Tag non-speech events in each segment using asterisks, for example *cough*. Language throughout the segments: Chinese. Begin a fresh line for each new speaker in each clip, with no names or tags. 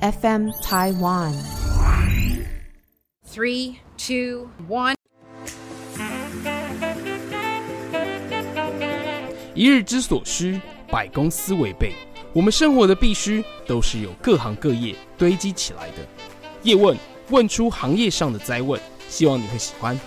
FM Taiwan。
Three, two, one.
一日之所需，百公司为备。我们生活的必须，都是由各行各业堆积起来的。叶问问出行业上的灾问，希望你会喜欢。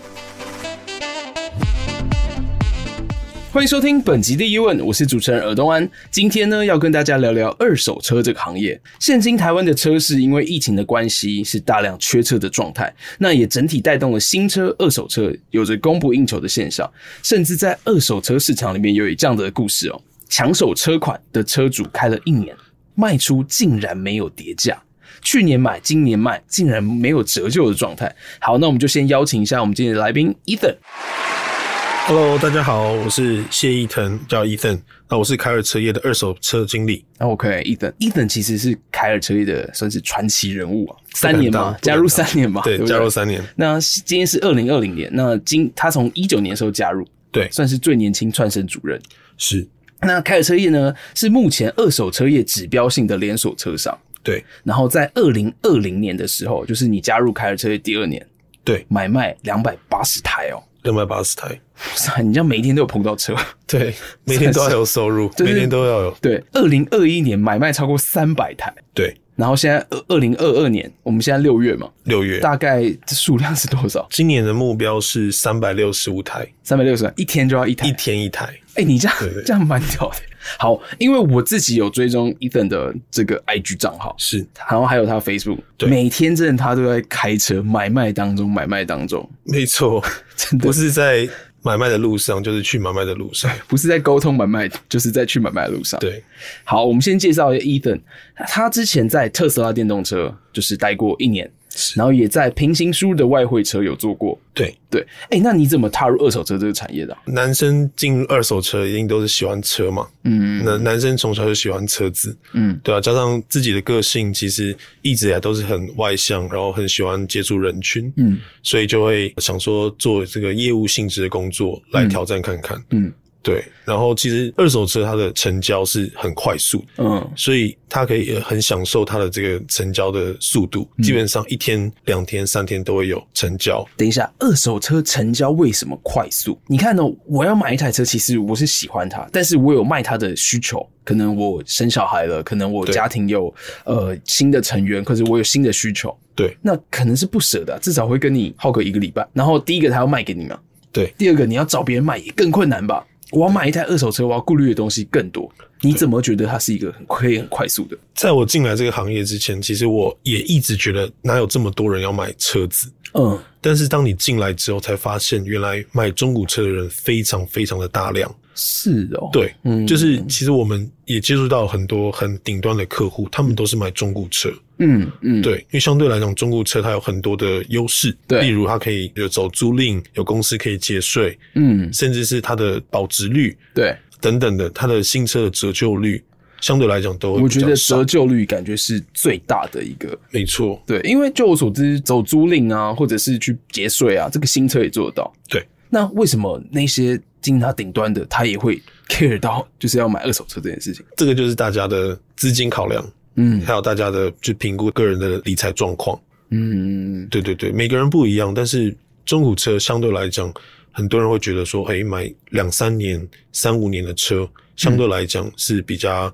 欢迎收听本集的《叶问》，我是主持人尔东安。今天呢，要跟大家聊聊二手车这个行业。现今台湾的车市因为疫情的关系，是大量缺车的状态，那也整体带动了新车、二手车有着供不应求的现象。甚至在二手车市场里面，有这样的故事哦：抢手车款的车主开了一年，卖出竟然没有跌价。去年买，今年卖，竟然没有折旧的状态。好，那我们就先邀请一下我们今天的来宾 Ethan。
Hello，大家好，我是谢依腾，叫 Ethan。那我是凯尔车业的二手车经理，
OK，Ethan，Ethan 其实是凯尔车业的算是传奇人物啊，三年
不敢
吧
当，
加入三年吧，
对，
不
加入。三年，
那今天是二零二零年，那今他从一九年的时候加入，
对，
算是最年轻串升主任。
是，
那凯尔车业呢，是目前二手车业指标性的连锁车商。
对，
然后在二零二零年的时候，就是你加入凯尔车业第二年，
对，
买卖两百八十台哦， *laughs*
六百八十台，
哇塞，你这样每一天都有碰到车。
对，每天都要有收
*laughs*
入，
是
每天都要有，
对，二零二一年买卖超过三百台，
对，
然后现在二二零二二年，我们现在六月嘛，
六月，
大概数量是多少？
今年的目标是三百六十五台，
三百六十万，一天就要一台。
一
哎、
天一台，
你这样
对对
这样蛮屌的。好，因为我自己有追踪 Ethan 的这个 IG 账号，
是
然后还有他 Facebook，
对
每天真的他都在开车买卖当中，买卖当中，
没错，
*laughs* 真的
不是在买卖的路上，就是去买卖的路
*laughs*
上，
不是在沟通买卖，就是在去买卖的路上。，
对，
好，我们先介绍一下 Ethan，他之前在特斯拉电动车就是待过一年，
是，
然后也在平行输入的外汇车有做过。
对，
对，哎、那你怎么踏入二手车这个产业的啊、
男生进入二手车一定都是喜欢车嘛，
嗯
男男生从小就喜欢车子，
嗯，
对啊，加上自己的个性，其实一直以来都是很外向，然后很喜欢接触人群，
嗯，
所以就会想说做这个业务性质的工作来挑战看看，
嗯
对。然后其实二手车它的成交是很快速，
嗯，
所以它可以呃很享受它的这个成交的速度，
嗯
基本上一天、两天、三天都会有成交。
等一下，二手车成交为什么快速？你看哦，我要买一台车，其实我是喜欢它，但是我有卖它的需求，可能我生小孩了，可能我
对
家庭有呃新的成员，可是我有新的需求，
对
那可能是不舍的啊、至少会跟你耗个一个礼拜。然后第一个他要卖给你嘛，
对，
第二个你要找别人买也更困难吧。我要买一台二手车，我要顾虑的东西更多。你怎么觉得它是一个很可以很快速的？
在我进来这个行业之前，其实我也一直觉得哪有这么多人要买车子，
嗯
但是当你进来之后，才发现原来卖中古车的人非常非常的大量。，
是哦，
对，
嗯
就是其实我们也接触到很多很顶端的客户，他们都是买中古车。
嗯嗯，
对，因为相对来讲，中古车它有很多的优势，
对
例如它可以有走租赁，有公司可以节税，
嗯
甚至是它的保值率
对，
等等的，它的新车的折旧率相对来讲都会
我
比
觉
较
得
少
折旧率感觉是最大的一个。
没错，
对，因为就我所知，走租赁啊，或者是去节税啊，这个新车也做得到。
对，
那为什么那些经它顶端的，他也会 care 到就是要买二手车这件事情？
这个就是大家的资金考量，
嗯
还有大家的去评估个人的理财状况。
嗯，
对对对，每个人不一样，但是中古车相对来讲，很多人会觉得说，哎、买两三年、三五年的车，相对来讲是比较、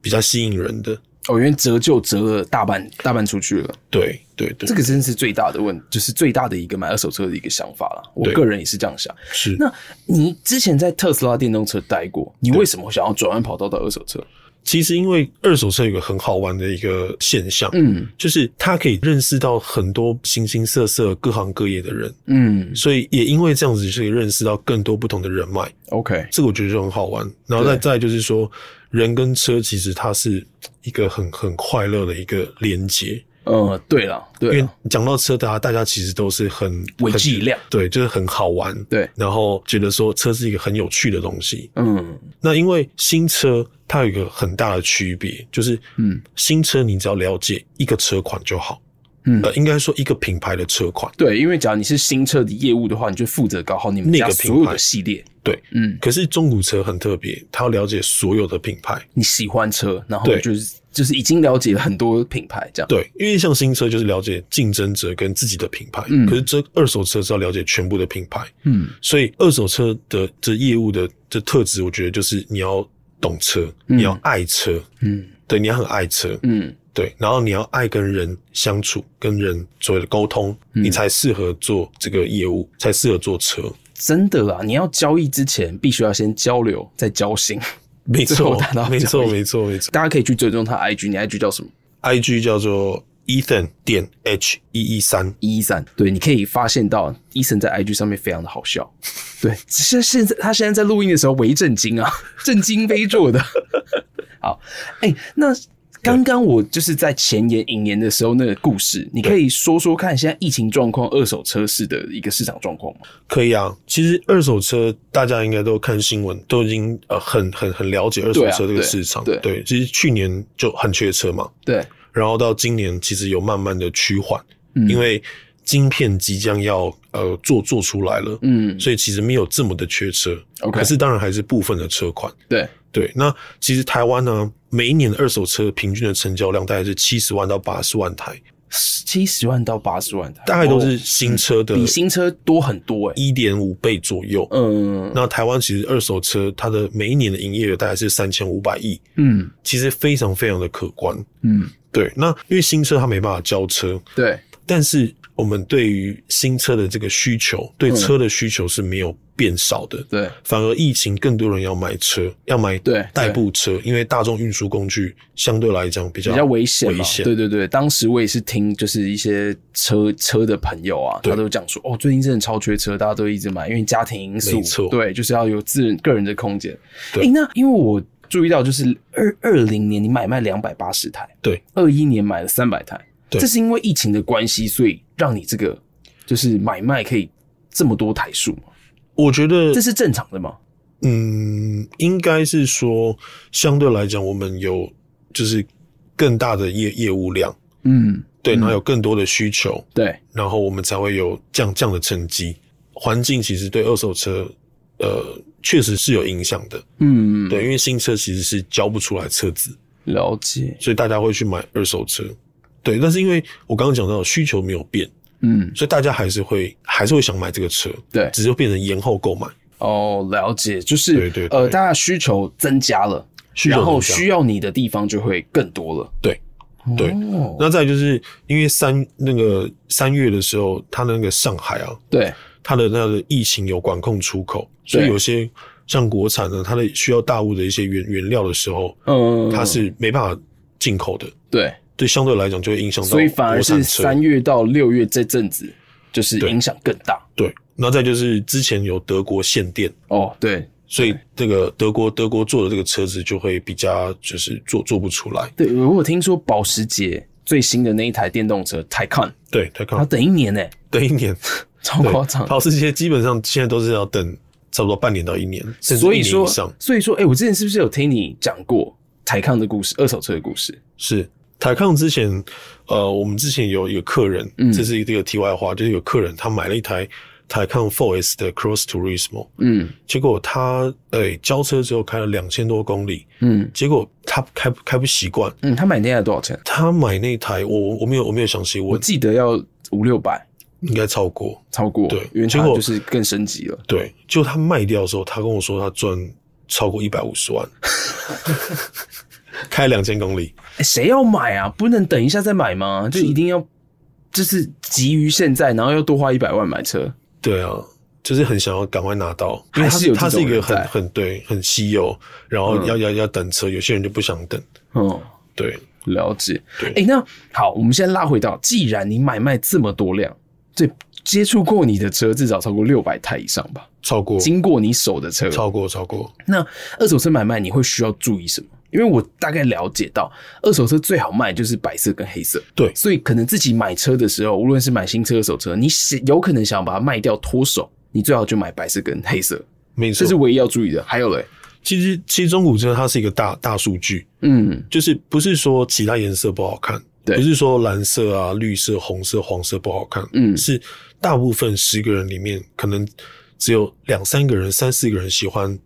比较吸引人的。
哦，因为折旧折了大半大半出去了，
对对对，
这个真是最大的问，就是最大的一个买二手车的一个想法了。我
对
个人也是这样想。
是
那你之前在特斯拉电动车待过，你为什么想要转换跑道到二手车？
其实因为二手车有个很好玩的一个现象，
嗯
就是它可以认识到很多形形色色、各行各业的人，
嗯
所以也因为这样子，就可以认识到更多不同的人脉。
，OK，
这个我觉得就很好玩。然后再
对
再来就是说，人跟车其实它是一个很很快乐的一个连接。
呃，对了，对
因为
啦，
讲到车，大家大家其实都是很
为之一亮，
很对，就是很好玩，
对，
然后觉得说车是一个很有趣的东西。
嗯
那因为新车它有一个很大的区别，就是
嗯
新车你只要了解一个车款就好，
嗯，
呃，应该说一个品牌的车款。
对，因为假如你是新车的业务的话，你就负责搞好你们
那
家
个
所有
品牌
的系列。
对，
嗯，
可是中古车很特别，它要了解所有的品牌，
你喜欢车，然后
对
就是就是已经了解了很多品牌这样。
对，因为像新车就是了解竞争者跟自己的品牌，
嗯
可是这二手车是要了解全部的品牌，
嗯
所以二手车的这业务的这特质，我觉得就是你要懂车，
嗯
你要爱车，
嗯
对，你要很爱车，
嗯
对，然后你要爱跟人相处，跟人所谓的沟通，
嗯
你才适合做这个业务，才适合做车。
真的啦，你要交易之前必须要先交流，再交心。
没
最后
错
达到，
没错，
交易
没错，没错。
大家可以去追踪他 IG，你 IG 叫什么？
I G 叫做 Ethan 点 H 一一三，
一三，对，你可以发现到伊森在 IG 上面非常的好笑， *laughs* 对，现现在他现在在录音的时候为震惊啊， *laughs* 震惊非坐的。 *laughs* 好，哎、那刚刚我就是在前言引言的时候那个故事，你可以说说看现在疫情状况、二手车市的一个市场状况吗？
可以啊。其实二手车大家应该都看新闻，都已经呃很很很了解二手
对啊
车这个
对
市场。
对
对，其实去年就很缺车嘛，
对，
然后到今年其实有慢慢的趋缓，
嗯
因为晶片即将要呃做做出来了，
嗯，
所以其实没有这么的缺车。
OK
可是当然还是部分的车款。
对，
对，那其实台湾呢，每一年的二手车平均的成交量大概是七十万到八十万台，
七十万到八十万台，
大概都是
哦
新车的
比新车多很多哎、
一点五倍左右。
嗯
那台湾其实二手车它的每一年的营业额大概是三千五百亿，
嗯
其实非常非常的可观。
嗯，
对，那因为新车它没办法交车，
对，
但是我们对于新车的这个需求，对
嗯
车的需求是没有变少的。
对，
反而疫情更多人要买车，要买
对
代步车，因为大众运输工具相对来讲比较
比较危险嘛，
危险
对对对，当时我也是听，就是一些车车的朋友啊，
对
他都讲说，哦，最近真的超缺车，大家都一直买，因为家庭因素，
没错
对，就是要有自人个人的空间。
对
诶那因为我注意到，就是二二零年你买卖两百八十台，
对，
二一年买了三百台，
对
这是因为疫情的关系，所以让你这个就是买卖可以这么多台数吗？
我觉得
这是正常的吗？
嗯，应该是说相对来讲，我们有就是更大的业业务量，
嗯，
对，
嗯
然后有更多的需求，
对，
然后我们才会有这样这样的成绩。环境其实对二手车，呃，确实是有影响的，
嗯，
对，因为新车其实是交不出来车子，
了解，
所以大家会去买二手车。对，但是因为我刚刚讲到需求没有变，
嗯，
所以大家还是会还是会想买这个车，
对。
只是变成延后购买，
哦，了解，就是
对对对
呃，大家需求增加了，
需求
然后
增加
需要你的地方就会更多了。
对对
哦
那再来就是因为三那个三月的时候，它的那个上海啊，
对，
它的那个疫情有管控出口，所以有些像国产的，它的需要大物的一些原原料的时候，
嗯，
它是没办法进口的，
对，
对，相对来讲就会影响到
所以反而
国
是
产车。
三月到六月这阵子，就是
对
影响更大。
对，那再就是之前有德国限电，
哦，对
所以这个德国德国做的这个车子就会比较就是做做不出来。
对，我有听说保时捷最新的那一台电动车 Taycan，
对，他
它
看
等一年呢、欸
等一年，
超夸张
对。保时捷基本上现在都是要等差不多半年到一年，甚至
所
一
以
年
说
以上。，
所以说，哎、我之前是不是有听你讲过台抗的故事，二手车的故事？
是台抗之前，呃，我们之前有有客人，
嗯
这是一个题外话，就是有客人他买了一台台抗 Four S 的 Cross Turismo，
嗯
结果他诶、交车之后开了两千多公里，
嗯
结果他开开不习惯，
嗯，他买那台多少钱？
他买那台我我我没有我没有详细
我
问，
记得要五六百，
应该超过，
超过，
对
因为
结
它
果
就是更升级了。
对，就他卖掉的时候，他跟我说他赚超过一百五十万，开两千公里，
诶谁要买啊？不能等一下再买吗？就一定要，就是急于现在，然后要多花一百万买车。
对啊，就是很想要赶快拿到，因为
还
它
是有
它
这
是
种
一个
人
很
在
很对很稀有，然后
嗯
要、要要等车，有些人就不想等，
嗯，
对
了解。
对
哎、那好，我们现在拉回到，既然你买卖这么多辆，对，接触过你的车至少超过六百台以上吧，
超过
经过你手的车，
超过超过，
那二手车买卖你会需要注意什么？因为我大概了解到，二手车最好卖就是白色跟黑色。
对
所以可能自己买车的时候，无论是买新车、二手车，你想有可能想把它卖掉脱手，你最好就买白色跟黑色，
没
这
错
是。唯一要注意的。还有嘞，
其实其实中古车它是一个大大数据，
嗯，
就是不是说其他颜色不好看，
对
不是说蓝色啊、绿色、红色、黄色不好看，
嗯
是大部分十个人里面可能只有两三个人、三四个人喜欢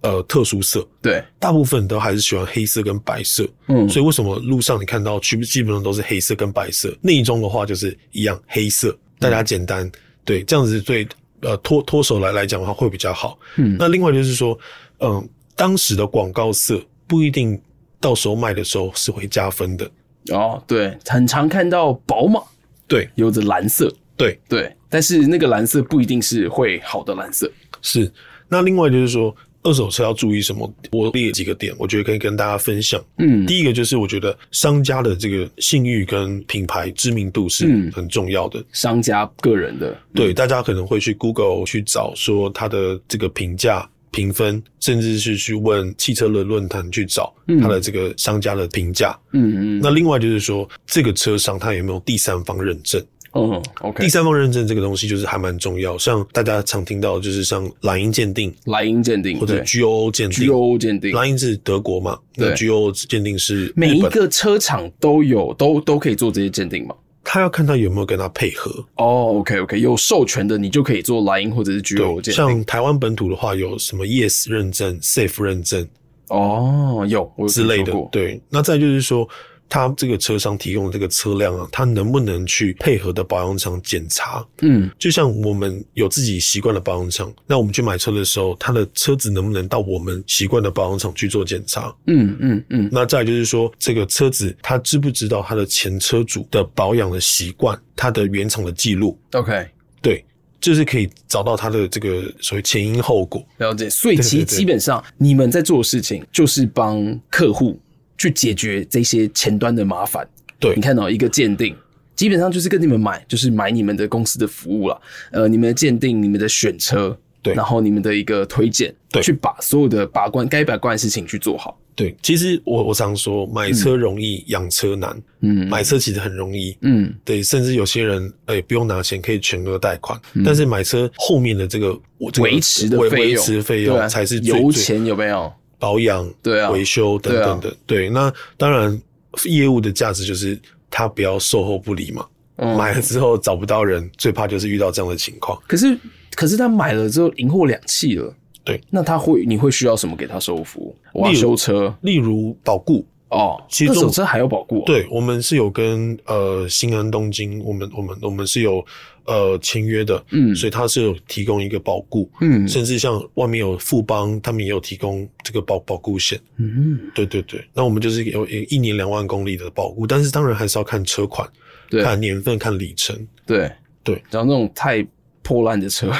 呃特殊色，
对，
大部分都还是喜欢黑色跟白色。
嗯
所以为什么路上你看到区基本上都是黑色跟白色？内装的话就是一样黑色，大
嗯
家简单、对这样子对呃脱脱手来来讲的话会比较好。
嗯
那另外就是说，嗯、当时的广告色不一定到时候卖的时候是会加分的。
哦，对，很常看到宝马
对
有着蓝色，
对，
对，但是那个蓝色不一定是会好的蓝色。
是，那另外就是说，二手车要注意什么？我列几个点，我觉得可以跟大家分享。
嗯
第一个就是我觉得商家的这个信誉跟品牌知名度是
嗯
很重要的。
商家个人的，
对，大家可能会去 Google 去找说它的这个评价。评分，甚至是去问汽车的论坛去找
嗯
它的这个商家的评价。
嗯嗯，
那另外就是说，这个车商它有没有第三方认证？
嗯，OK，
第三方认证这个东西就是还蛮重要，像大家常听到的就是像莱茵鉴定
莱茵鉴定
或者
对
GOO 鉴定
GO 鉴定，
莱茵是德国嘛，那
对
GO 鉴定是日
每一
本，
个车厂都有，都都可以做这些鉴定嘛。
他要看他有没有跟他配合。
哦，OK OK，有授权的你就可以做莱茵或者是 GO 鉴定。
像台湾本土的话，有什么 Yes 认证、Safe 认证
哦，有我有
之类的
听说。过
对，那再就是说，他这个车商提供的这个车辆啊，他能不能去配合的保养厂检查？
嗯
就像我们有自己习惯的保养厂，那我们去买车的时候，他的车子能不能到我们习惯的保养厂去做检查？
嗯嗯嗯，
那再就是说，这个车子他知不知道他的前车主的保养的习惯，他的原厂的记录，
OK，
对，就是可以找到他的这个所谓前因后果。
了解。所以其
对
实
对对
基本上你们在做的事情就是帮客户去解决这些前端的麻烦。
对
你，看哦到、一个鉴定，基本上就是跟你们买，就是买你们的公司的服务了。呃，你们的鉴定、你们的选车，
对
然后你们的一个推荐，
对
去把所有的把关该把关的事情去做好。
对，其实我我常说，买车容易，养车难。
嗯
买车其实很容易，
嗯，
对，甚至有些人哎、不用拿钱，可以全额贷款。但是买车后面的这个我这个
嗯维持的
维
费用，
维持费
对啊
用才是最
油
最
钱有没有？
保养、
对啊
维修等等的。对，那当然业务的价值就是他不要售后不理嘛。
嗯
买了之后找不到人，最怕就是遇到这样的情况。
可是可是他买了之后赢货两气了，
对，
那他会你会需要什么给他售后服务？我要
例如
修车
例如保固，
哦，
其实
二
这种
手车还要保固、哦，，
对我们是有跟呃新安东京，我们我们我们是有呃签约的，
嗯
所以它是有提供一个保固，
嗯
甚至像外面有富邦，他们也有提供这个保保固险。
嗯，
对对对，那我们就是有一一年两万公里的保固，但是当然还是要看车款、
对
看年份、看里程。
对
对，
然后那种太破烂的
*laughs*
车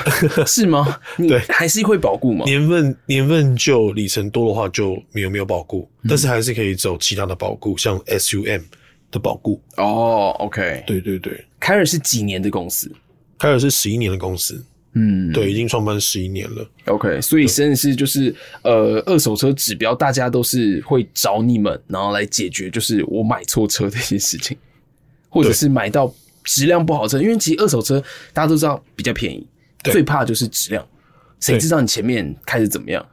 是吗？你
对
还是会保固吗？
年份年份就里程多的话就没有没有保固，
嗯
但是还是可以走其他的保固，像 SUM 的保固。
哦，OK，
对对对，
凯尔是几年的公司？
凯尔是十一年的公司，
嗯，
对，已经创办十一年了。
，OK，所以真的是就是呃，二手车指标大家都是会找你们，然后来解决就是我买错车这些事情，或者
对
是买到质量不好的车，因为其实二手车大家都知道比较便宜，
对
最怕就是质量，谁
对
知道你前面开始怎么样，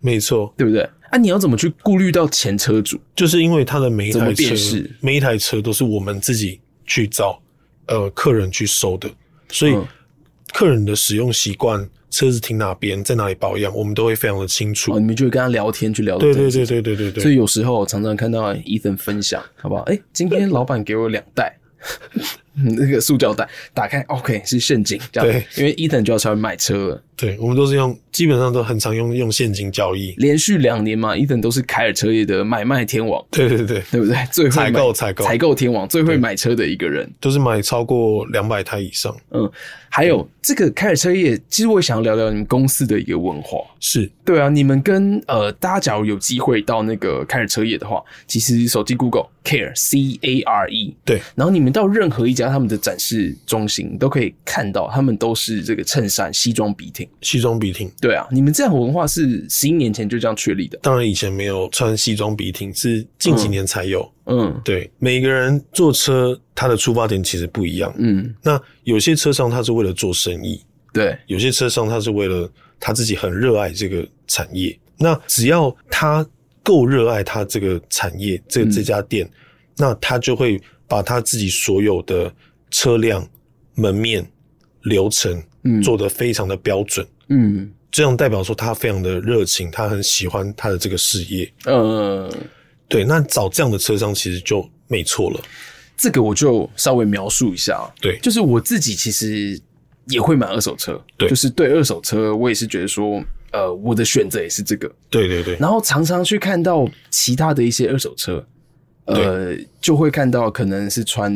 没错，
对不对？啊，你要怎么去顾虑到前车主？
就是因为它的每一
怎
台
么辨
车
识，
每一台车都是我们自己去找呃客人去收的，所以
嗯
客人的使用习惯、车子停哪边、在哪里保养，我们都会非常的清
哦，
楚。
你们就会跟他聊天去聊这
对
件事情，
对对对对对
所
对，
以有时候常常看到伊森分享，好不好？哎、今天老板给我两袋。 *laughs* 嗯那个塑胶袋打开，OK 是现金，这样。
对，
因为伊藤就要出来买车了，
对我们都是用，基本上都很常用用现金交易。
连续两年嘛，伊藤都是凯尔车业的买卖天王，
对对对，
对不 *laughs* 对？最会买
采购采购
采购天王，最会买车的一个人。
都是买超过两百台以上。
嗯，还有这个凯尔车业，其实我也想要聊聊你们公司的一个文化。
是，
对啊，你们跟呃，大家假如有机会到那个凯尔车业的话，其实手机 Google Care C A R E，
对，
然后你们到任何一家他们的展示中心，都可以看到他们都是这个衬衫、西装笔挺。
西装笔挺。
对啊，你们这样的文化是十一年前就这样确立的。
当然以前没有穿西装笔挺，是近几年才有。
嗯
对，每个人坐车，他的出发点其实不一样。
嗯，
那有些车商他是为了做生意，
对，
有些车商他是为了他自己很热爱这个产业。那只要他够热爱他这个产业，这
嗯
这家店，那他就会把他自己所有的车辆、门面、流程
嗯
做得非常的标准。
嗯
这样代表说他非常的热情，他很喜欢他的这个事业。
呃，
对，那找这样的车商其实就没错了。
这个我就稍微描述一下啊，
对
就是我自己其实也会买二手车，
对
就是对二手车，我也是觉得说，呃，我的选择也是这个，
对对对，
然后常常去看到其他的一些二手车，呃，就会看到可能是穿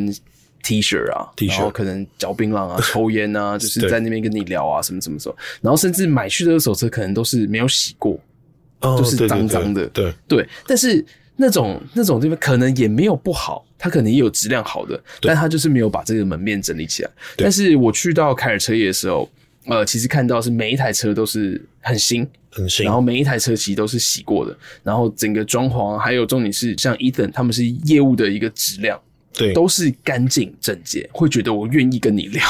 T 恤啊
T 恤
然后可能嚼槟榔
*laughs*
啊、抽烟啊，就是
对
在那边跟你聊啊，什么什么什么，然后甚至买去的二手车可能都是没有洗过，
哦
就是
对对
脏
对
脏的
对，
对，但是那种那种地方可能也没有不好，它可能也有质量好的，
对
但它就是没有把这个门面整理起来。
对
但是我去到凯尔车业的时候，呃，其实看到是每一台车都是很新，
很新。
然后每一台车其实都是洗过的，然后整个装潢还有重点是像 Ethan 他们是业务的一个质量
对
都是干净整洁，会觉得我愿意跟你聊。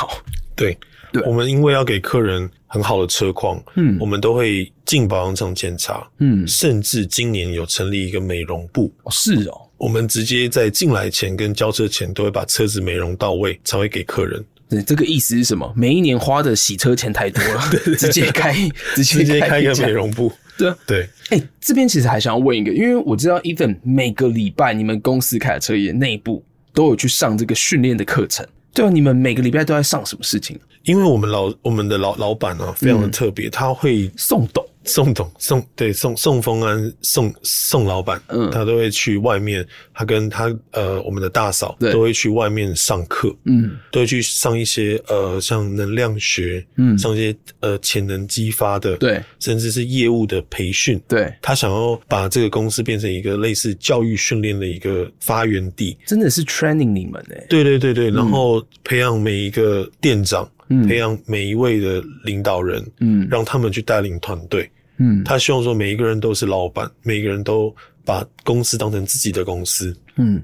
对，
对
我们因为要给客人很好的车况，
嗯
我们都会进保养厂检查，
嗯，
甚至今年有成立一个美容部，
哦是哦，
我们直接在进来前跟交车前都会把车子美容到位，才会给客
*laughs*
人。
对，这个意思是什么？每一年花的洗车钱太多
*laughs*
了，直接开直接
直接开
开
一个
价
美容部，
对啊。
对
哎、这边其实还想要问一个，因为我知道 Ethan 每个礼拜你们公司凯尔车业内部都有去上这个训练的课程，对啊，你们每个礼拜都在上什么事情？
因为我们老我们的老老板啊，非常的特别，他会
嗯送懂，
宋董宋对宋宋峰安宋宋老板，
嗯
他都会去外面，他跟他呃我们的大嫂
对
都会去外面上课，
嗯
都会去上一些呃像能量学，
嗯
上一些呃潜能激发的，
对，
甚至是业务的培训，
对，
他想要把这个公司变成一个类似教育训练的一个发源地，
真的是 training 你们哎、
对对对对，然后培养每一个店长，
嗯
培养每一位的领导人，
嗯
让他们去带领团队。
嗯
他希望说每一个人都是老板，每一个人都把公司当成自己的公司。
嗯，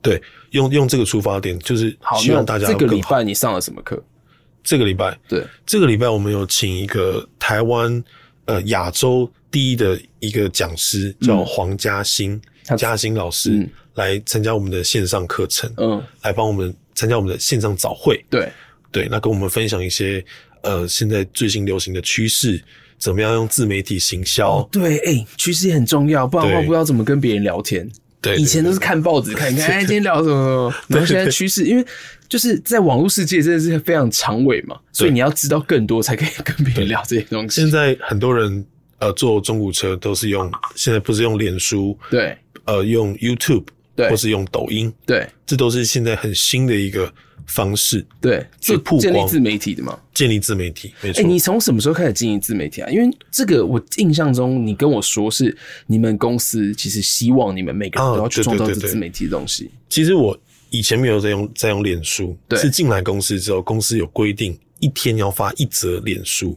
对，用用这个出发点，就是
好，
希
那
望大家
这个
更
礼
好。
拜你上了什么课？
这个礼拜，
对，
这个礼拜我们有请一个台湾呃亚洲第一的一个讲师，叫黄嘉欣，
他
嘉欣老师、
嗯
来参加我们的线上课程，
嗯，
来帮我们参加我们的线上早会。
对，
对，那跟我们分享一些呃现在最新流行的趋势，怎么样用自媒体行销？
哦，对，哎、趋势也很重要，不然的话
对
不知道怎么跟别人聊天。
对
以前都是看报纸看一
*laughs*
看，哎，今天聊什么什么，然后现在趋势，因为就是在网络世界真的是非常长尾嘛，所以你要知道更多才可以跟别人聊这些东
现
西。
在很多人呃做中古车都是用，现在不是用脸书，
对
呃用 YouTube，
对
或是用抖音，
对
这都是现在很新的一个方式，
对，
去
做
曝光
建立自媒体的嘛。
建立自媒体，没
哎、
错。
你从什么时候开始经营自媒体啊？因为这个我印象中你跟我说是你们公司其实希望你们每个人
啊
都要去
对对
创造
对
这
对
自媒体的东西。
其实我以前没有在用在用脸书，
对
是进来公司之后，公司有规定一天要发一则脸书，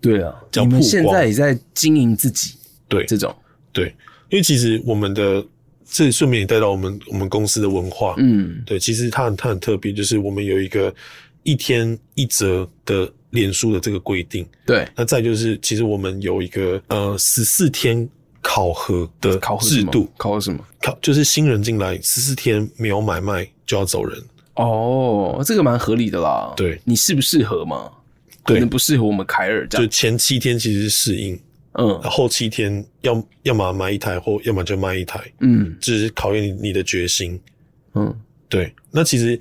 对啊，
叫
你们
曝
现
光
在也在经营自己
对
这种，
对，因为其实我们的这顺便也带到我们我们公司的文化，
嗯，
对，其实它很它很特别，就是我们有一个一天一折的脸书的这个规定。
对，
那再就是，其实我们有一个呃十四天考核的
考核
制
什么
度，
考核什么？
考就是新人进来十四天没有买卖就要走人。
哦，这个蛮合理的啦。
对
你适不适合嘛？可
对
能不适合我们凯尔这
就哦
样。
前七天其实是适应，
嗯
后七天要要么买一台或要么就卖一台，
嗯
这、是考验你你的决心。
嗯，
对，那其实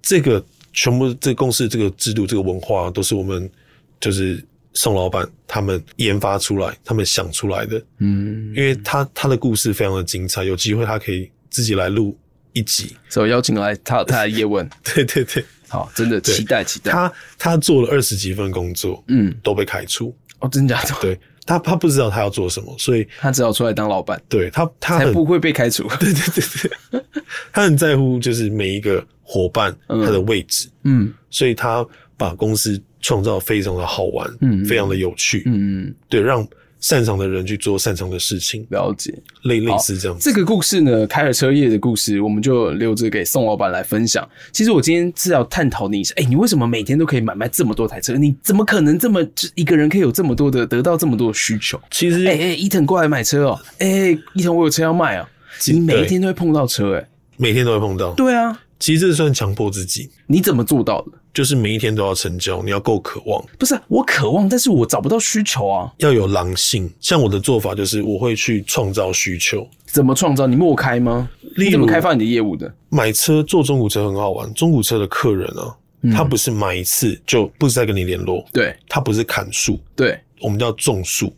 这个全部这个共识、这个制度、这个文化，都是我们就是宋老板他们研发出来、他们想出来的。
嗯，
因为他他的故事非常的精彩，有机会他可以自己来录一集。 *laughs*
所以邀请来他他来叶问，
对对对，
好，真的
对
期待期待。
他他做了二十几份工作，
嗯，
都被开除。
哦，真假的？
对他他不知道他要做什么，所以
他只好出来当老板，
对他他
才
很
不会被开除。
*laughs* 对对对对， *laughs* 他很在乎就是每一个伙伴
嗯
他的位置。
嗯
所以他把公司创造得非常的好玩，
嗯
非常的有趣，
嗯，嗯
对，让擅长的人去做擅长的事情，
了解。
类类似这样子。
这个故事呢，凯尔车业的故事，我们就留着给宋老板来分享。其实我今天是要探讨你一下，哎、你为什么每天都可以买卖这么多台车？你怎么可能这么就一个人可以有这么多的得到这么多的需求？
其实、
哎哎，伊藤过来买车哦！哎、伊藤我有车要卖啊！
其
你每一天都会碰到车哎、
每天都会碰到。
对啊，
其实这算强迫自己，
你怎么做到的？
就是每一天都要成交，你要够渴望，
不是啊、我渴望，但是我找不到需求啊，
要有狼性。像我的做法就是，我会去创造需求。
怎么创造？你默开吗？
例
你怎么
如
开发你的业务的？
买车做中古车很好玩，中古车的客人啊，
嗯
他不是买一次就不再跟你联络，
对
他不是砍树，
对，
我们叫种树。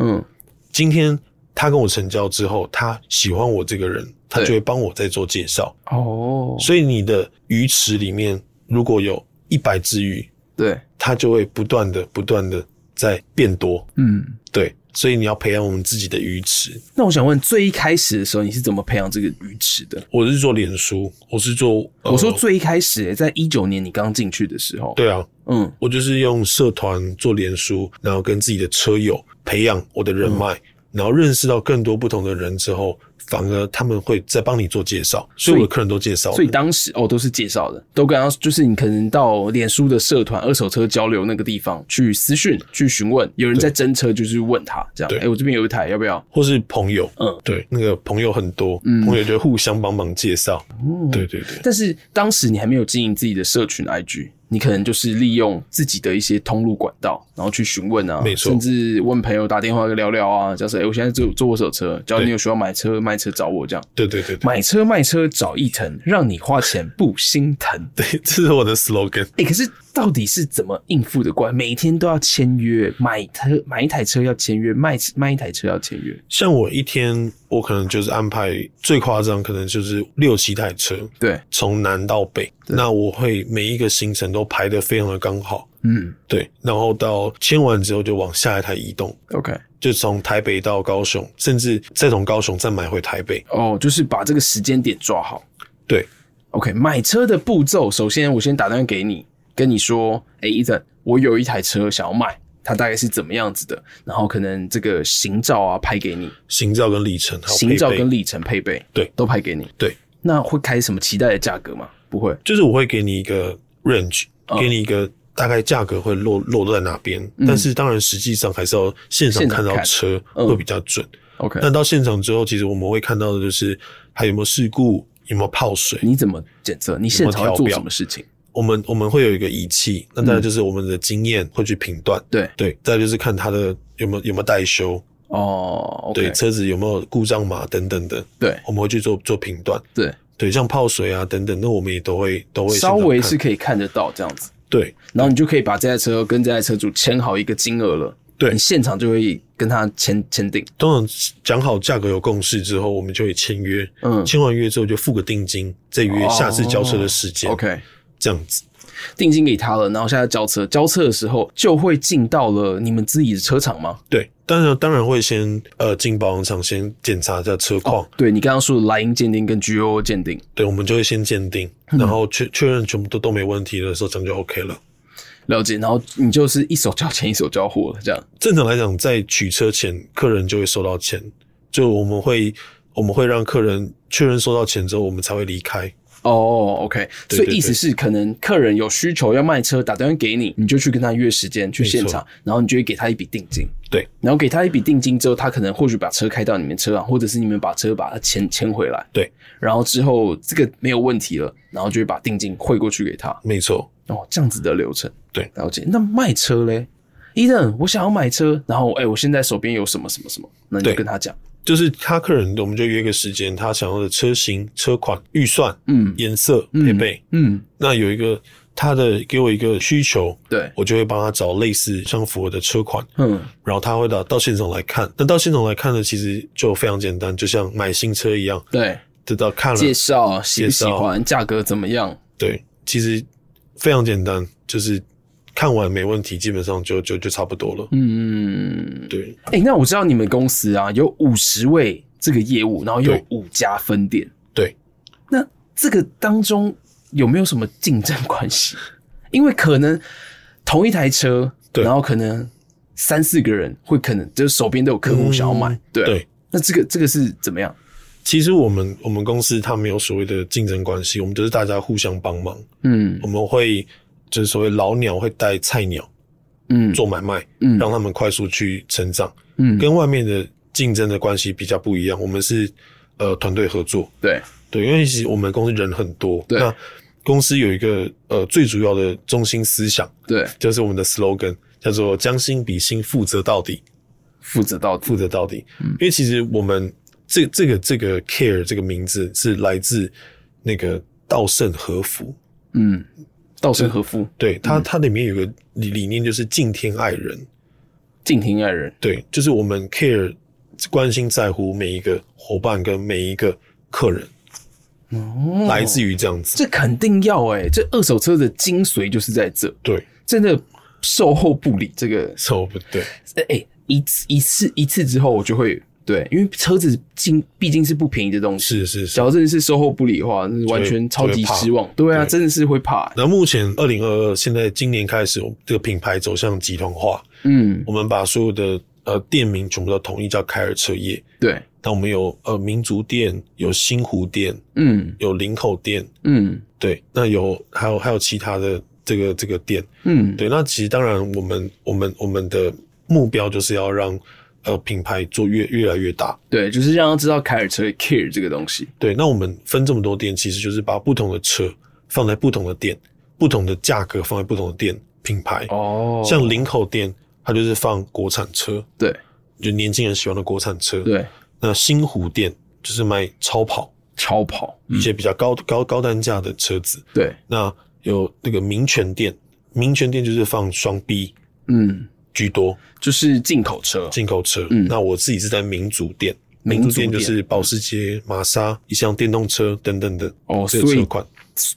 嗯，
今天他跟我成交之后，他喜欢我这个人，他
对
就会帮我再做介绍。
哦，
所以你的鱼池里面如果有一百只鱼，
对，
它就会不断的、不断的在变多。
嗯，
对，所以你要培养我们自己的鱼池。
那我想问，最一开始的时候你是怎么培养这个鱼池的？
我是做脸书，我是做，呃
我说最一开始、欸在一九年你刚进去的时候，，
对啊，
嗯，
我就是用社团做脸书，然后跟自己的车友培养我的人
嗯
脉，然后认识到更多不同的人之后，反而他们会再帮你做介绍，所以我的客人都介绍了，
所以当时哦都是介绍的，都跟他就是你可能到脸书的社团二手车交流那个地方去私讯去询问，有人在真车就是问他这样，哎
对、
我这边有一台要不要？
或是朋友，
嗯，
对，那个朋友很多，
嗯
朋友就互相帮忙介绍，
嗯，
对。对对，
但是当时你还没有经营自己的社群 IG，你可能就是利用自己的一些通路管道，然后去询问啊，
没错
甚至问朋友打电话聊聊啊，假设哎、诶我现在做做二手车，只要你
对
有需要买车卖车找我这样，
对对对对， *laughs*
买车卖车找一腾，让你花钱不心疼。
对，这是我的 slogan。
哎、可是到底是怎么应付的过来？每天都要签约，买车买一台车要签约，卖卖一台车要签约。
像我一天，我可能就是安排最夸张，可能就是六七台车，
对，
从南到北。
对
那我会每一个行程都排得非常的刚好，
嗯
对。然后到签完之后就往下一台移动，
，OK，
就从台北到高雄，甚至再从高雄再买回台北。
哦，就是把这个时间点抓好。
对
OK，买车的步骤，首先我先打电话给你，跟你说，哎、伊森，我有一台车想要卖，它大概是怎么样子的，然后可能这个行照啊拍给你，
行照跟里程，还有
行照
配备
跟里程配备，
对
都拍给你。
对，
那会开什么期待的价格吗？不会，
就是我会给你一个 range，、
嗯
给你一个大概价格会落落在哪边，但是当然实际上还是要现场
现场
看到
看
车
嗯
会比较准。
OK，
但到现场之后，其实我们会看到的就是还有没有事故，有没有泡水。
你怎么检测？你现场要做什么事情？
我们我们会有一个仪器，那当然就是我们的经验会去评断。
对，
对，再就是看它的有没有有没有代修
哦，OK，
对车子有没有故障码等等的，
对
我们会去做做评断。
对
对，像泡水啊等等，那我们也都会都会
稍微是
现场看
可以看得到这样子，
对
然后你就可以把这台车跟这台车主签好一个金额了，
对
你现场就会跟他签签订，
通常讲好价格有共识之后，我们就会签约。
嗯哦
签完约之后就付个定金，再约下次交车的时间。
，OK，
这样子。
定金给他了，然后现在交车，交车的时候就会进到了你们自己的车厂吗？
对，当然当然会先呃进保养厂先检查一下车况，
对你刚刚说的莱茵鉴定跟 GO 鉴定，
对，我们就会先鉴定，
嗯
然后确确认全部都都没问题的时候，这样就 OK 了。
了解，然后你就是一手交钱一手交货了，这样
正常来讲，在取车前，客人就会收到钱，就我们会我们会让客人确认收到钱之后，我们才会离开。
哦，OK、o k
对
所以
对
意思
对
是，可能客人有需求要卖车，打电话给你，你就去跟他约时间去
没错
现场，然后你就会给他一笔定金，
对，
然后给他一笔定金之后，他可能或许把车开到你们车上，或者是你们把车把它牵牵回来，
对，
然后之后这个没有问题了，然后就会把定金汇过去给他，
没错，
哦，这样子的流程，
对，
了解。那卖车嘞？伊登，我想要买车，然后哎、我现在手边有什么什么什么，那你就
对
跟他讲，
就是他客人，我们就约个时间，他想要的车型、车款、预算、
嗯
颜色、配备。
嗯，
那有一个他的给我一个需求，
对，
我就会帮他找类似相符合的车款，
嗯，
然后他会到到现场来看。那到现场来看呢，其实就非常简单，就像买新车一样，
对，
这到看了
介绍喜不喜
介绍
欢，价格怎么样？
对，其实非常简单，就是看完没问题，基本上就就就差不多了。
嗯，
对，
哎、那我知道你们公司啊有五十位这个业务，然后有
对
五家分店，
对，
那这个当中有没有什么竞争关系？ *laughs* 因为可能同一台车，
对
然后可能三四个人会可能就是手边都有客户想要买，
嗯
对，啊
对
那这个这个是怎么样？
其实我们我们公司它没有所谓的竞争关系，我们就是大家互相帮忙。
嗯
我们会就是所谓老鸟会带菜鸟
嗯
做买卖，
嗯
让他们快速去成长，
嗯，
跟外面的竞争的关系比较不一样。我们是呃团队合作，
对
对，因为其实我们公司人很多，
对
那公司有一个呃最主要的中心思想，
对，
就是我们的 slogan 叫做“将心比心，负责到底，
负责到底，
负责到底”
嗯
因为其实我们这这个这个 care 这个名字是来自那个稻盛和夫，
嗯，稻盛和夫，
对他他里面有个理理念就是敬天爱人，
敬听爱人，
对，就是我们 care 关心在乎每一个伙伴跟每一个客人，
哦
来自于这样子，
这肯定要哎、这二手车的精髓就是在这，
对，
真的售后不理这个，
错不对，
哎、一次一次一次之后，我就会对，因为车子竟毕竟是不便宜的东西，
是是是
假。如真的是售后不理的话，那是完全超级失望。对啊，
对
真的是会怕、
那目前二零二二，现在今年开始，我们这个品牌走向集团化，
嗯，
我们把所有的呃店名全部都统一叫凯尔车业。
对，
那我们有呃民族店，有新湖店，
嗯
有林口店，
嗯
对，那有还有还有其他的这个这个店，
嗯，
对。那其实当然我们我们我们的目标就是要让呃品牌做越越来越大。
对，就是让他知道凯尔车 care 这个东西。
对，那我们分这么多店，其实就是把不同的车放在不同的店，不同的价格放在不同的店品牌。
哦
像林口店，它就是放国产车，
对
就年轻人喜欢的国产车。，
对
那新湖店就是卖超跑，
超跑，
一些比较高、高高单价的车子。
对，
那有那个民权店，民权店就是放双 B
嗯，
居多，
就是进口车，
进口车。
嗯
那我自己是在民族店，
民族
族店就
店
是保时捷、玛莎、一项电动车等等的
哦
这个
所以
车款。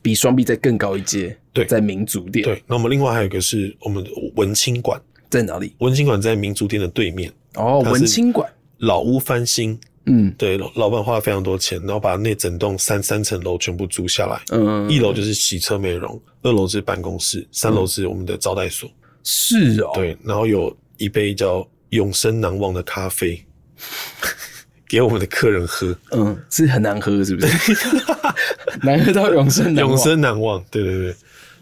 比双臂再更高一阶。
对
在民族店，
对，那我们另外还有一个是我们的文青馆，
在哪里？
文青馆在民族店的对面，
哦，
它是
文青馆，
老屋翻新，
嗯
对，老老板花了非常多钱，然后把那整栋三三层楼全部租下来。
嗯，
一楼就是洗车美容，二楼是办公室，三楼是我们的招待所。
是哦，
对，然后有一杯叫“永生难忘”的
*laughs*
咖啡，给我们的客人喝。
嗯，是很难喝，是不
*laughs*
是？难喝到永生难忘。
永生难忘，对对对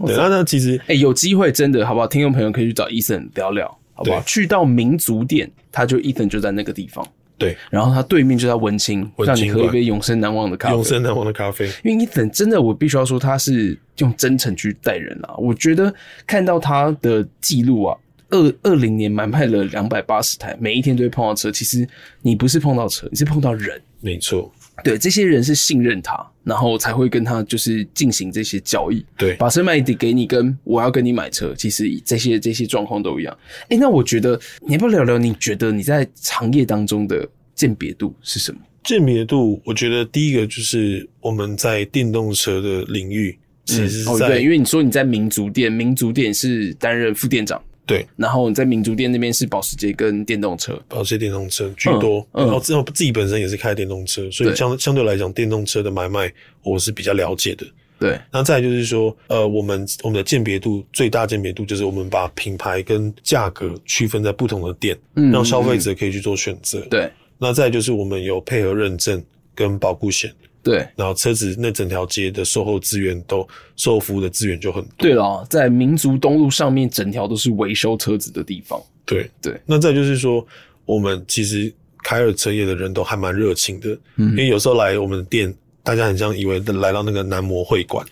对。那那其实
哎、有机会真的好不好？听众朋友可以去找 Ethan 聊聊，好不好？
对
去到民族店，他就 Ethan 就在那个地方，
对
然后他对面就在文青，
文
让
青
你喝一
馆
杯永生难忘的咖啡。
永生难忘的咖啡，
因为 Ethan 真的，我必须要说，他是用真诚去待人啊。我觉得看到他的记录啊，二二零年买卖了两百八十台，每一天都会碰到车。其实你不是碰到车，你是碰到人。
没错，
对，这些人是信任他，然后才会跟他就是进行这些交易。
对
把车卖给你，跟我要跟你买车，其实这些这些状况都一样。哎，那我觉得你要不要聊聊？你觉得你在行业当中的鉴别度是什么？
鉴别度，我觉得第一个就是我们在电动车的领域，其实
哦
嗯是在、
对，因为你说你在民族店，民族店是担任副店长，
对
然后你在民族店那边是保时捷跟电动车。
保时捷电动车居多，
嗯嗯
然后之后自己本身也是开电动车，所以
对
相相对来讲，电动车的买卖我是比较了解的。
对，
那再来就是说，呃，我们我们的鉴别度最大鉴别度就是我们把品牌跟价格区分在不同的店，
嗯
让消费者可以去做选择。，
对
那再来就是我们有配合认证跟保固险，
对
然后车子那整条街的售后资源都售后服务的资源就很多。
对了哦，在民族东路上面，整条都是维修车子的地方。
对
对，
那再就是说，我们其实凯尔车业的人都还蛮热情的，
嗯
因为有时候来我们店，大家很像以为来到那个男模
*laughs*
会馆，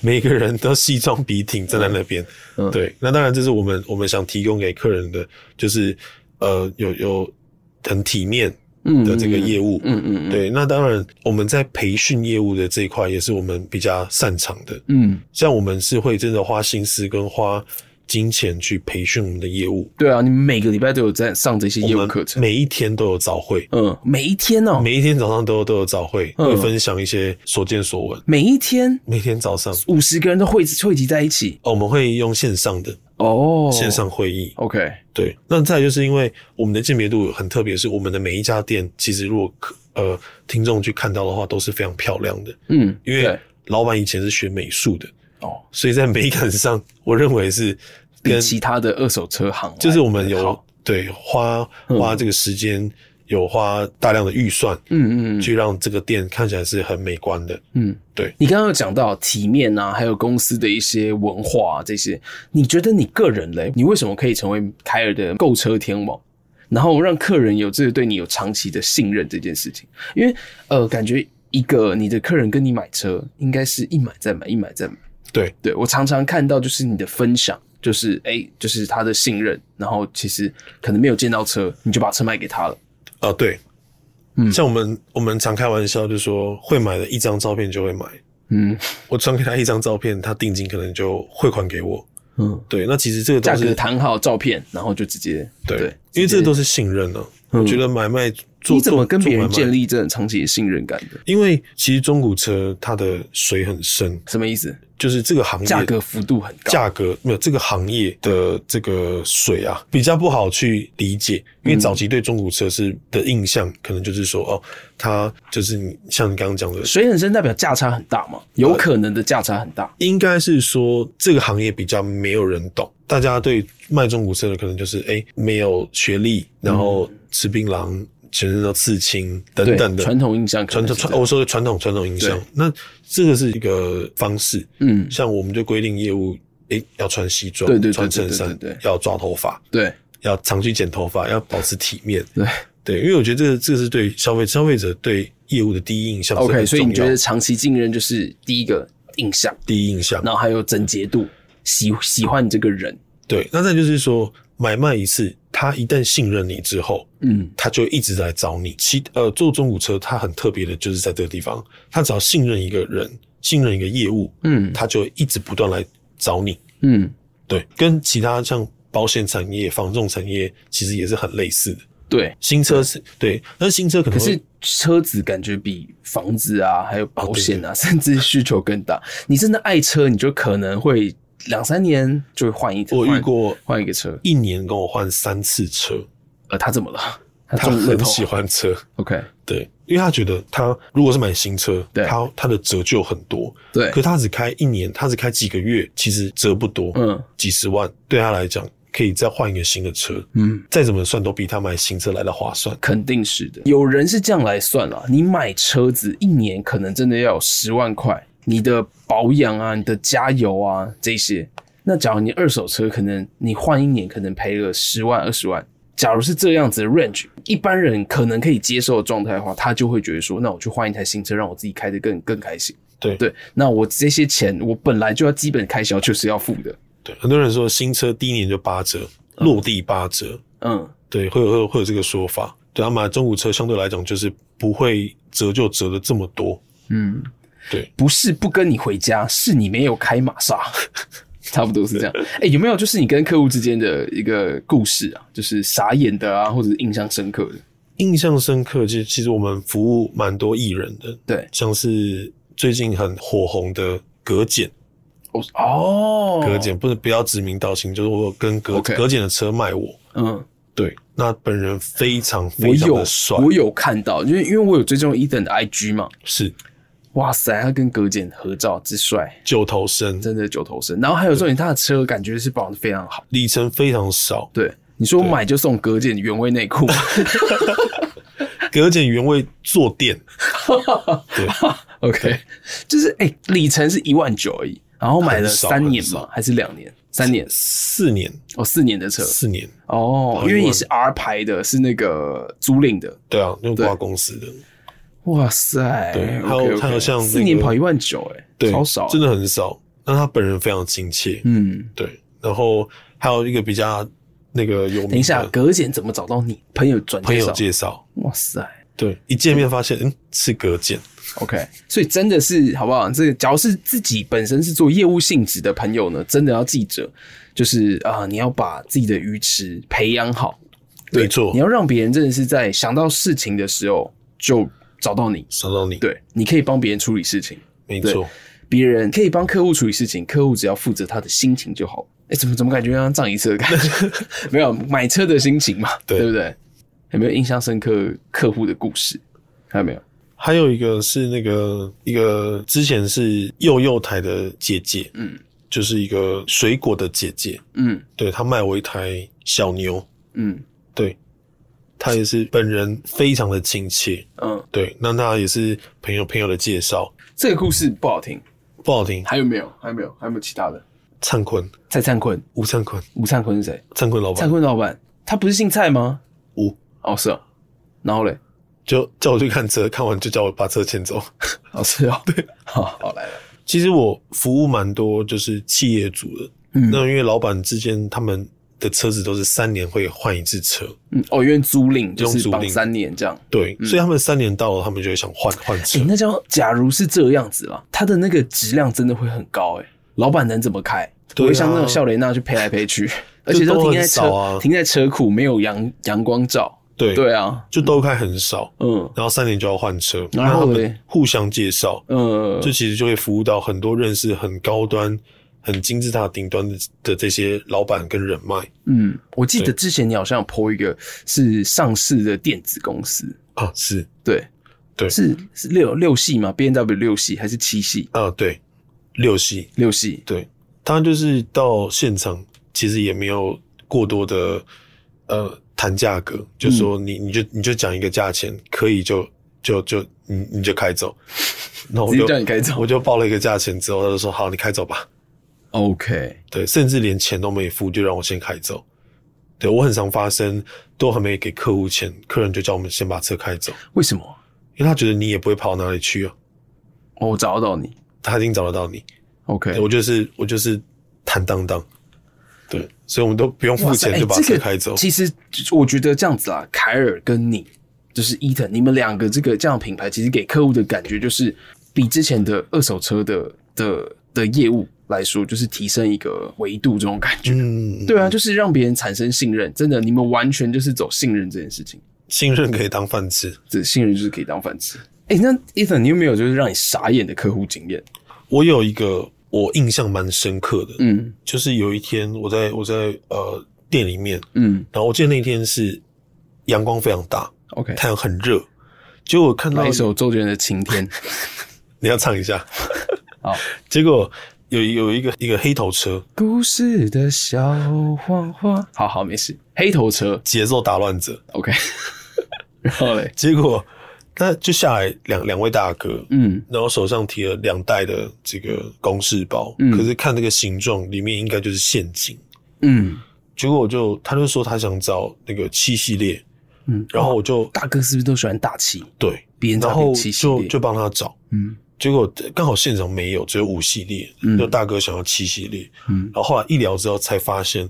每个人都西装笔挺站在那边。
嗯
对，那当然这是我们我们想提供给客人的，就是呃有有很体面
嗯
的这个业务。
嗯嗯嗯，
对，那当然我们在培训业务的这一块也是我们比较擅长的。
嗯。
像我们是会真的花心思跟花金钱去培训我们的业务。
对啊，你每个礼拜都有在上这些业务
我们
课程，
每一天都有早会，
嗯，每一天哦，每
每一天早上都有都有早会，
嗯
会分享一些所见所闻。
一天
每天早上，
五十个人都汇集汇集在一起
哦我们会用线上的
哦，
线上会议。
OK，
对，那再来就是因为我们的鉴别度很特别，是我们的每一家店，其实如果客呃听众去看到的话，都是非常漂亮的。
嗯，
因为
对
老板以前是学美术的，
哦，
所以在美感上，我认为是
比
跟
其他的二手车行来
就是我们
更
有
好
对花
嗯
花这个时间，有花大量的预算，
嗯嗯嗯
去让这个店看起来是很美观的。
嗯，
对
你刚刚有讲到体面啊，还有公司的一些文化、啊、这些，你觉得你个人嘞，你为什么可以成为凯尔的购车天王？然后让客人有这个对你有长期的信任这件事情，因为呃，感觉一个你的客人跟你买车，应该是一买再买，一买再买。
对，
对我常常看到就是你的分享，就是哎、就是他的信任，然后其实可能没有见到车，你就把车卖给他了。
啊，对，
嗯
像我们我们常开玩笑就说，会买的一张照片就会买。
嗯
我传给他一张照片，他定金可能就汇款给我。
嗯，
对，那其实这个
价
都
格
是
谈好照片，然后就直接
对，因为这个都是信任了、
嗯
我觉得买卖做
你怎么跟别人建
立？
立这种长期的信任感的？
因为其实中古车它的水很深，
什么意思？
就是这个行业
价格幅度很高。
价格没有这个行业的这个水啊，比较不好去理解，因为早期对中古车是的印象，可能就是说哦，它就是你像你刚刚讲的，
水很深代表价差很大嘛？有可能的价差很大。
应该是说这个行业比较没有人懂，大家对卖中古车的可能就是哎、没有学历，然后吃槟榔，全身都刺青等
对
等的
传统印象可
传
能
统
是这
传，
样，
我说的传统传统印象
对，
那这个是一个方式，
嗯，
像我们就规定业务。哎、要穿西装，
对对对
穿
对
衬
对
衫
对对，
要抓头发，
对
要常去剪头发，要保持体面。
对。
对，因为我觉得这个这个是对消费消费者对业务的第一印象是
OK，
很
所以你
重
觉
要
得
的
长期信任就是第一个印象，
第一印象？
然后还有整洁度，喜喜欢你这个人，
对，那再就是说买卖一次，他一旦信任你之后，
嗯，
他就一直在找你。其呃，做中古车，他很特别的就是在这个地方，他只要信任一个人，信任一个业务，
嗯
他就一直不断来找你。
嗯，
对，跟其他像保险产业、房仲产业其实也是很类似的。
对。
新车是对，但是新车可
可
能会
是车子感觉比房子啊，还有保险
哦
啊，甚至需求更大。你真的爱车，你就可能会两三年就会换一台。
我遇过
换换一个车，
一年跟我换三次车，
呃，他怎么了？他
他
中乐
很
透
喜欢车，
OK，
对，因为他觉得他如果是买新车，
对
他他的折旧很多，
对
可他只开一年，他只开几个月，其实折不多，
嗯
几十万对他来讲可以再换一个新的车，
嗯，
再怎么算都比他买新车来的划算。
肯定是的。有人是这样来算啦，你买车子一年可能真的要有十万块，你的保养啊、你的加油啊这些。那假如你二手车，可能你换一年可能赔了十万、二十万。假如是这样子的 range，一般人可能可以接受的状态的话，他就会觉得说，那我去换一台新车，让我自己开得更更开心。
对
对，那我这些钱，我本来就要基本开销就是要付的。
对，很多人说新车第一年就八折，落地八折，
嗯，
对，会有会有会有这个说法。对，他买中古车相对来讲就是不会折旧折的这么多。
嗯，
对，
不是不跟你回家，是你没有开玛莎， *laughs* 差不多是这 *laughs* 样。哎、有没有就是你跟客户之间的一个故事啊，就是傻眼的啊，或者是印象深刻的？
印象深刻，其实其实我们服务蛮多艺人的，
对，
像是最近很火红的葛简，
我说哦，
葛简不是不要指名道姓，就是我跟葛
OK
葛简的车卖我，
嗯，
对，那本人非常
我
非常
有
的帅，
我有看到，因为因为我有追踪 Ethan 的 IG 嘛，
是
哇塞，他跟葛简合照之帅，
九头身，
真的九头身。然后还有重点，他的车感觉是保养的非常好。
里程非常少，
对，你说买就送葛简原味内裤，
*laughs* 葛简原味坐垫，对
OK，就是哎、里程是一万九而已，然后买了
很少
三年
很
嘛
少，
还是两年？三年
四年
哦，四年的车
四年，
哦，
哦
因为
一万
也是 R 牌的，是那个租赁的。
对啊，用
对
挂公司的，
哇塞，
对
OK，
还有
OK
还有像那个
四年跑一万九，哎，
对，
超少，
真的，很少。那他本人非常亲切，
嗯。
对，然后还有一个比较那个有名的
等一下，葛简怎么找到你？朋友转
朋
介
友
绍。
介绍，
哇塞
对，一见面发现，嗯，是隔间，
，OK，所以真的是好不好？这个假如是自己本身是做业务性质的朋友呢，真的要记着，就是啊、你要把自己的鱼池培养好，
没错
你，要让别人真的是在想到事情的时候就找到你，
找到你，，
对，你可以帮别人处理事情，
没
对
错，
别人可以帮客户处理事情，客户只要负责他的心情就好。哎、怎么怎么感觉像葬仪社的感觉？
*laughs*
没有买车的心情嘛，
对
不对？有没有印象深刻客户的故事？还有没有？
还有一个是那个一个之前是幼幼台的姐姐，
嗯，
就是一个水果的姐姐，
嗯
对她卖我一台小牛，
嗯
对，她也是本人非常的亲切，
嗯，
对，那她也是朋友朋友的介绍，
这个故事不好听。
不好听，
还有没有？还有没有？还有没有其他的？
灿坤，
蔡灿坤，
吴灿坤，
吴灿坤是谁？
灿坤老
蔡
板，
坤老板，他不是姓蔡吗？
吴，
哦，是哦。然后嘞，
就叫我去看车，看完就叫我把车牵走。
好吃哦，对，好好来了，
其实我服务蛮多就是企业主的，
嗯
那因为老板之间他们的车子都是三年会换一次车，
嗯，哦，因为租赁就是
租赁
绑三年这样。
对，所以他们三年到了，他们就会想换换
诶，。嗯
车
哎欸那这样，假如是这样子啦，它的那个质量真的会很高诶、老板能怎么开？不
对啊
会像那种笑雷那去陪来陪
*laughs*
去，而且都停在车、
都很少啊
停在车库，没有阳阳光照。
对
对啊，
就都开很少，
嗯
然后三年就要换车，
然
那
后
他
嘞
们互相介绍，
呃
这，其实就会服务到很多认识很高端、很金字塔顶端的的这些老板跟人脉
嗯，我记得
对
之前你好像有 PO 一个是上市的电子公司，
啊，是
对
对
是是六六系嘛，B N W 六系还是七系？
啊，对，六系，
六系，
对他就是到现场，其实也没有过多的呃谈价格，就说
嗯
你你就你就讲一个价钱，可以就就就你你就开走，那我
直接
就
叫你开走
我就报了一个价钱之后，他就说好，你开走吧，
OK，
对，甚至连钱都没付，就让我先开走。对我很常发生，都还没给客户钱，客人就叫我们先把车开走，
为什么？
因为他觉得你也不会跑到哪里去啊，
哦我找到你
他一定找得到你。
，OK，
哎我就是我就是坦荡荡，对，所以我们都不用付钱就把车开走。
哇塞欸这个其实我觉得这样子啊，凯尔跟你就是伊藤，你们两个这个这样的品牌，其实给客户的感觉就是比之前的二手车的的的业务来说，就是提升一个维度这种感觉。
嗯，
对啊，就是让别人产生信任，真的，你们完全就是走信任这件事情，
信任可以当饭吃。
这信任就是可以当饭吃。哎、那 Ethan，你有没有就是让你傻眼的客户经验？
我有一个我印象蛮深刻的，
嗯
就是有一天我在我在呃店里面，
嗯
然后我记得那天是阳光非常大，
，OK，
太阳很热，结果我看到
来一首周杰伦的《晴天》
你要唱一下。
*laughs* 好，
结果有有一个一个黑头车
故事的小黄花。好好，没事。黑头车
节奏打乱者，
，OK。然后嘞，
结果那就下来两两位大哥，
嗯，
然后手上提了两袋的这个公事包，
嗯
可是看那个形状，里面应该就是现金。
嗯
结果我就他就说他想找那个七系列，
嗯。
然后我就、
大哥是不是都喜欢大气？
对，
别人
然
才
后
变七系
就
列，
就帮他找。
嗯
结果刚好现场没有，只有五系列，
嗯
就大哥想要七系列，
嗯
然，后后来一聊之后才发现，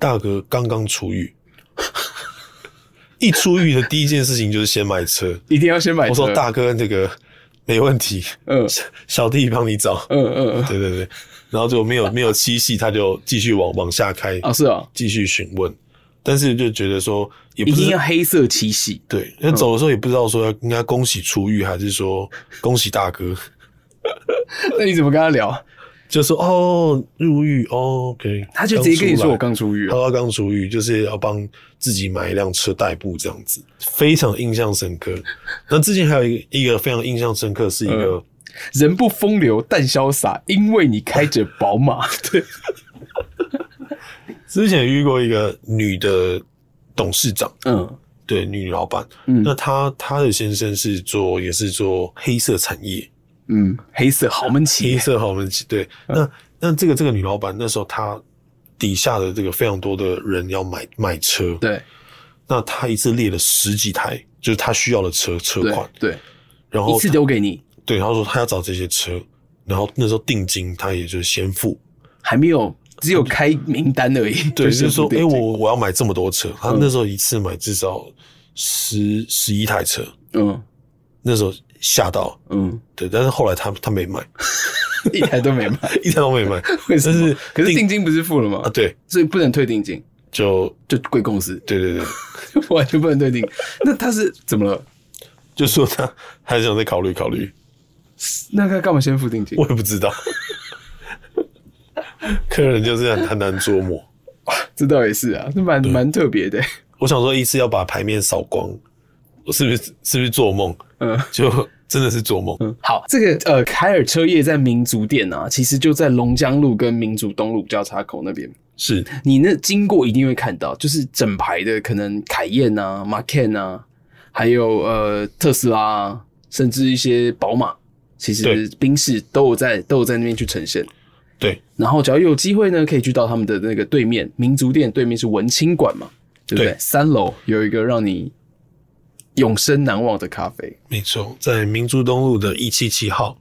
大哥刚刚出狱， *laughs* 一出狱的第一件事情就是先买车。
一定要先买车。
我说大哥，那个没问题，
嗯
小弟帮你找。
嗯嗯嗯，
*laughs* 对对对，然后就没有没有七系，他就继续往往下开，
啊是啊，
继续询问，但是就觉得说也
一
不
定
是
要黑色七系。 *laughs*
对，那走的时候也不知道说要应该恭喜出狱还
*laughs*
是说恭喜大哥，
那你怎么跟他聊？
就说哦入狱哦，OK，
他就直接跟你说我刚
出
出狱啊
来
了。
他刚出狱，就是要帮自己买一辆车代步这样子，非常印象深刻。那之前还有一个一个非常印象深刻是一个。
嗯人不风流但潇洒，因为你开着宝马。 *laughs* 对，
之前遇过一个女的董事长，
嗯
对，女老板。
嗯
那她她的先生是做也是做黑色产业，
嗯，黑色豪门
黑
旗。
色好我们对。
嗯
那那这个这个女老板那时候她底下的这个非常多的人要买买车，
对
那她一次列了十几台，就是她需要的车车
对
款，
对，
然
一
后
次丢给你，
对，她说她要找这些车，然后那时候定金她也就是先付，
还没有，只有开名单而已。
对，就是
先
说
付，
哎、
定金
我我要买这么多车，她
嗯
那时候一次买至少十十一台车，
嗯
那时候吓到，
嗯， *laughs*
对，但是后来她她没买，
一台都
*laughs*
没买，
一台都没买，
为
但
什么
是
可是定金不是付了
啊，
吗？
对，
所以不能退定金，
就
就归公司， *laughs*
对对 *laughs* 对，
完全不能退定。那他是怎么了？
就说他还想再考虑考虑，
那他干嘛先付定金
我？也不知道。 *laughs* 客人就是很很难捉摸。
这倒也是啊，这蛮蛮特别的。 *laughs*
我想说，一次要把牌面扫光，我是不是是不是做梦？
嗯
就真的是做梦。
嗯，好，这个呃，凯尔车业在民族店啊，其实就在龙江路跟民族东路交叉口那边。
是
你那经过一定会看到，就是整排的可能凯宴啊、马 can 啊，还有呃特斯拉、啊，甚至一些宝马，其实
对
宾士都有在都有在那边去呈现。
对，
然后只要有机会呢，可以去到他们的那个对面民族店对面是文青馆嘛，对不对？
对
三楼有一个让你永生难忘的咖啡。
没错，在民族东路的一七七号，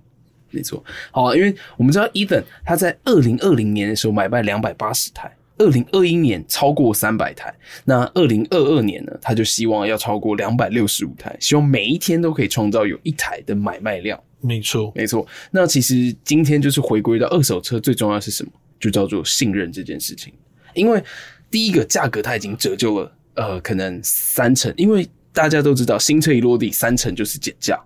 没错，好、啊，因为我们知道 Ethan 他在二零二零年的时候买卖两百八十台，二零二一年超过三百台，那二零二二年呢，他就希望要超过两百六十五台，希望每一天都可以创造有一台的买卖量。
没错，
没错，那其实今天就是回归到二手车最重要的是什么？就叫做信任这件事情。因为第一个价格它已经折旧了，呃，可能三成，因为大家都知道新车一落地三成就是减价，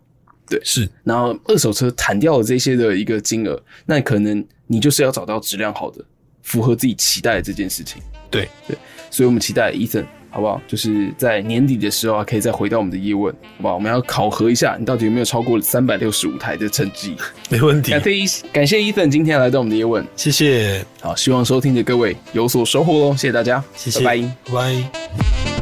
是
然后二手车砍掉了这些的一个金额，那可能你就是要找到质量好的，符合自己期待的这件事情。
对
对，所以我们期待 Ethan 好不好？就是在年底的时候啊，可以再回到我们的叶问，好不好？我们要考核一下你到底有没有超过三百六十五 *laughs* 台的成绩。
没问题
感。谢 E- 感谢 Ethan 今天来到我们的叶问，
谢谢，
好，希望收听的各位有所收获喽，谢谢大家，
谢谢，
拜拜。
拜。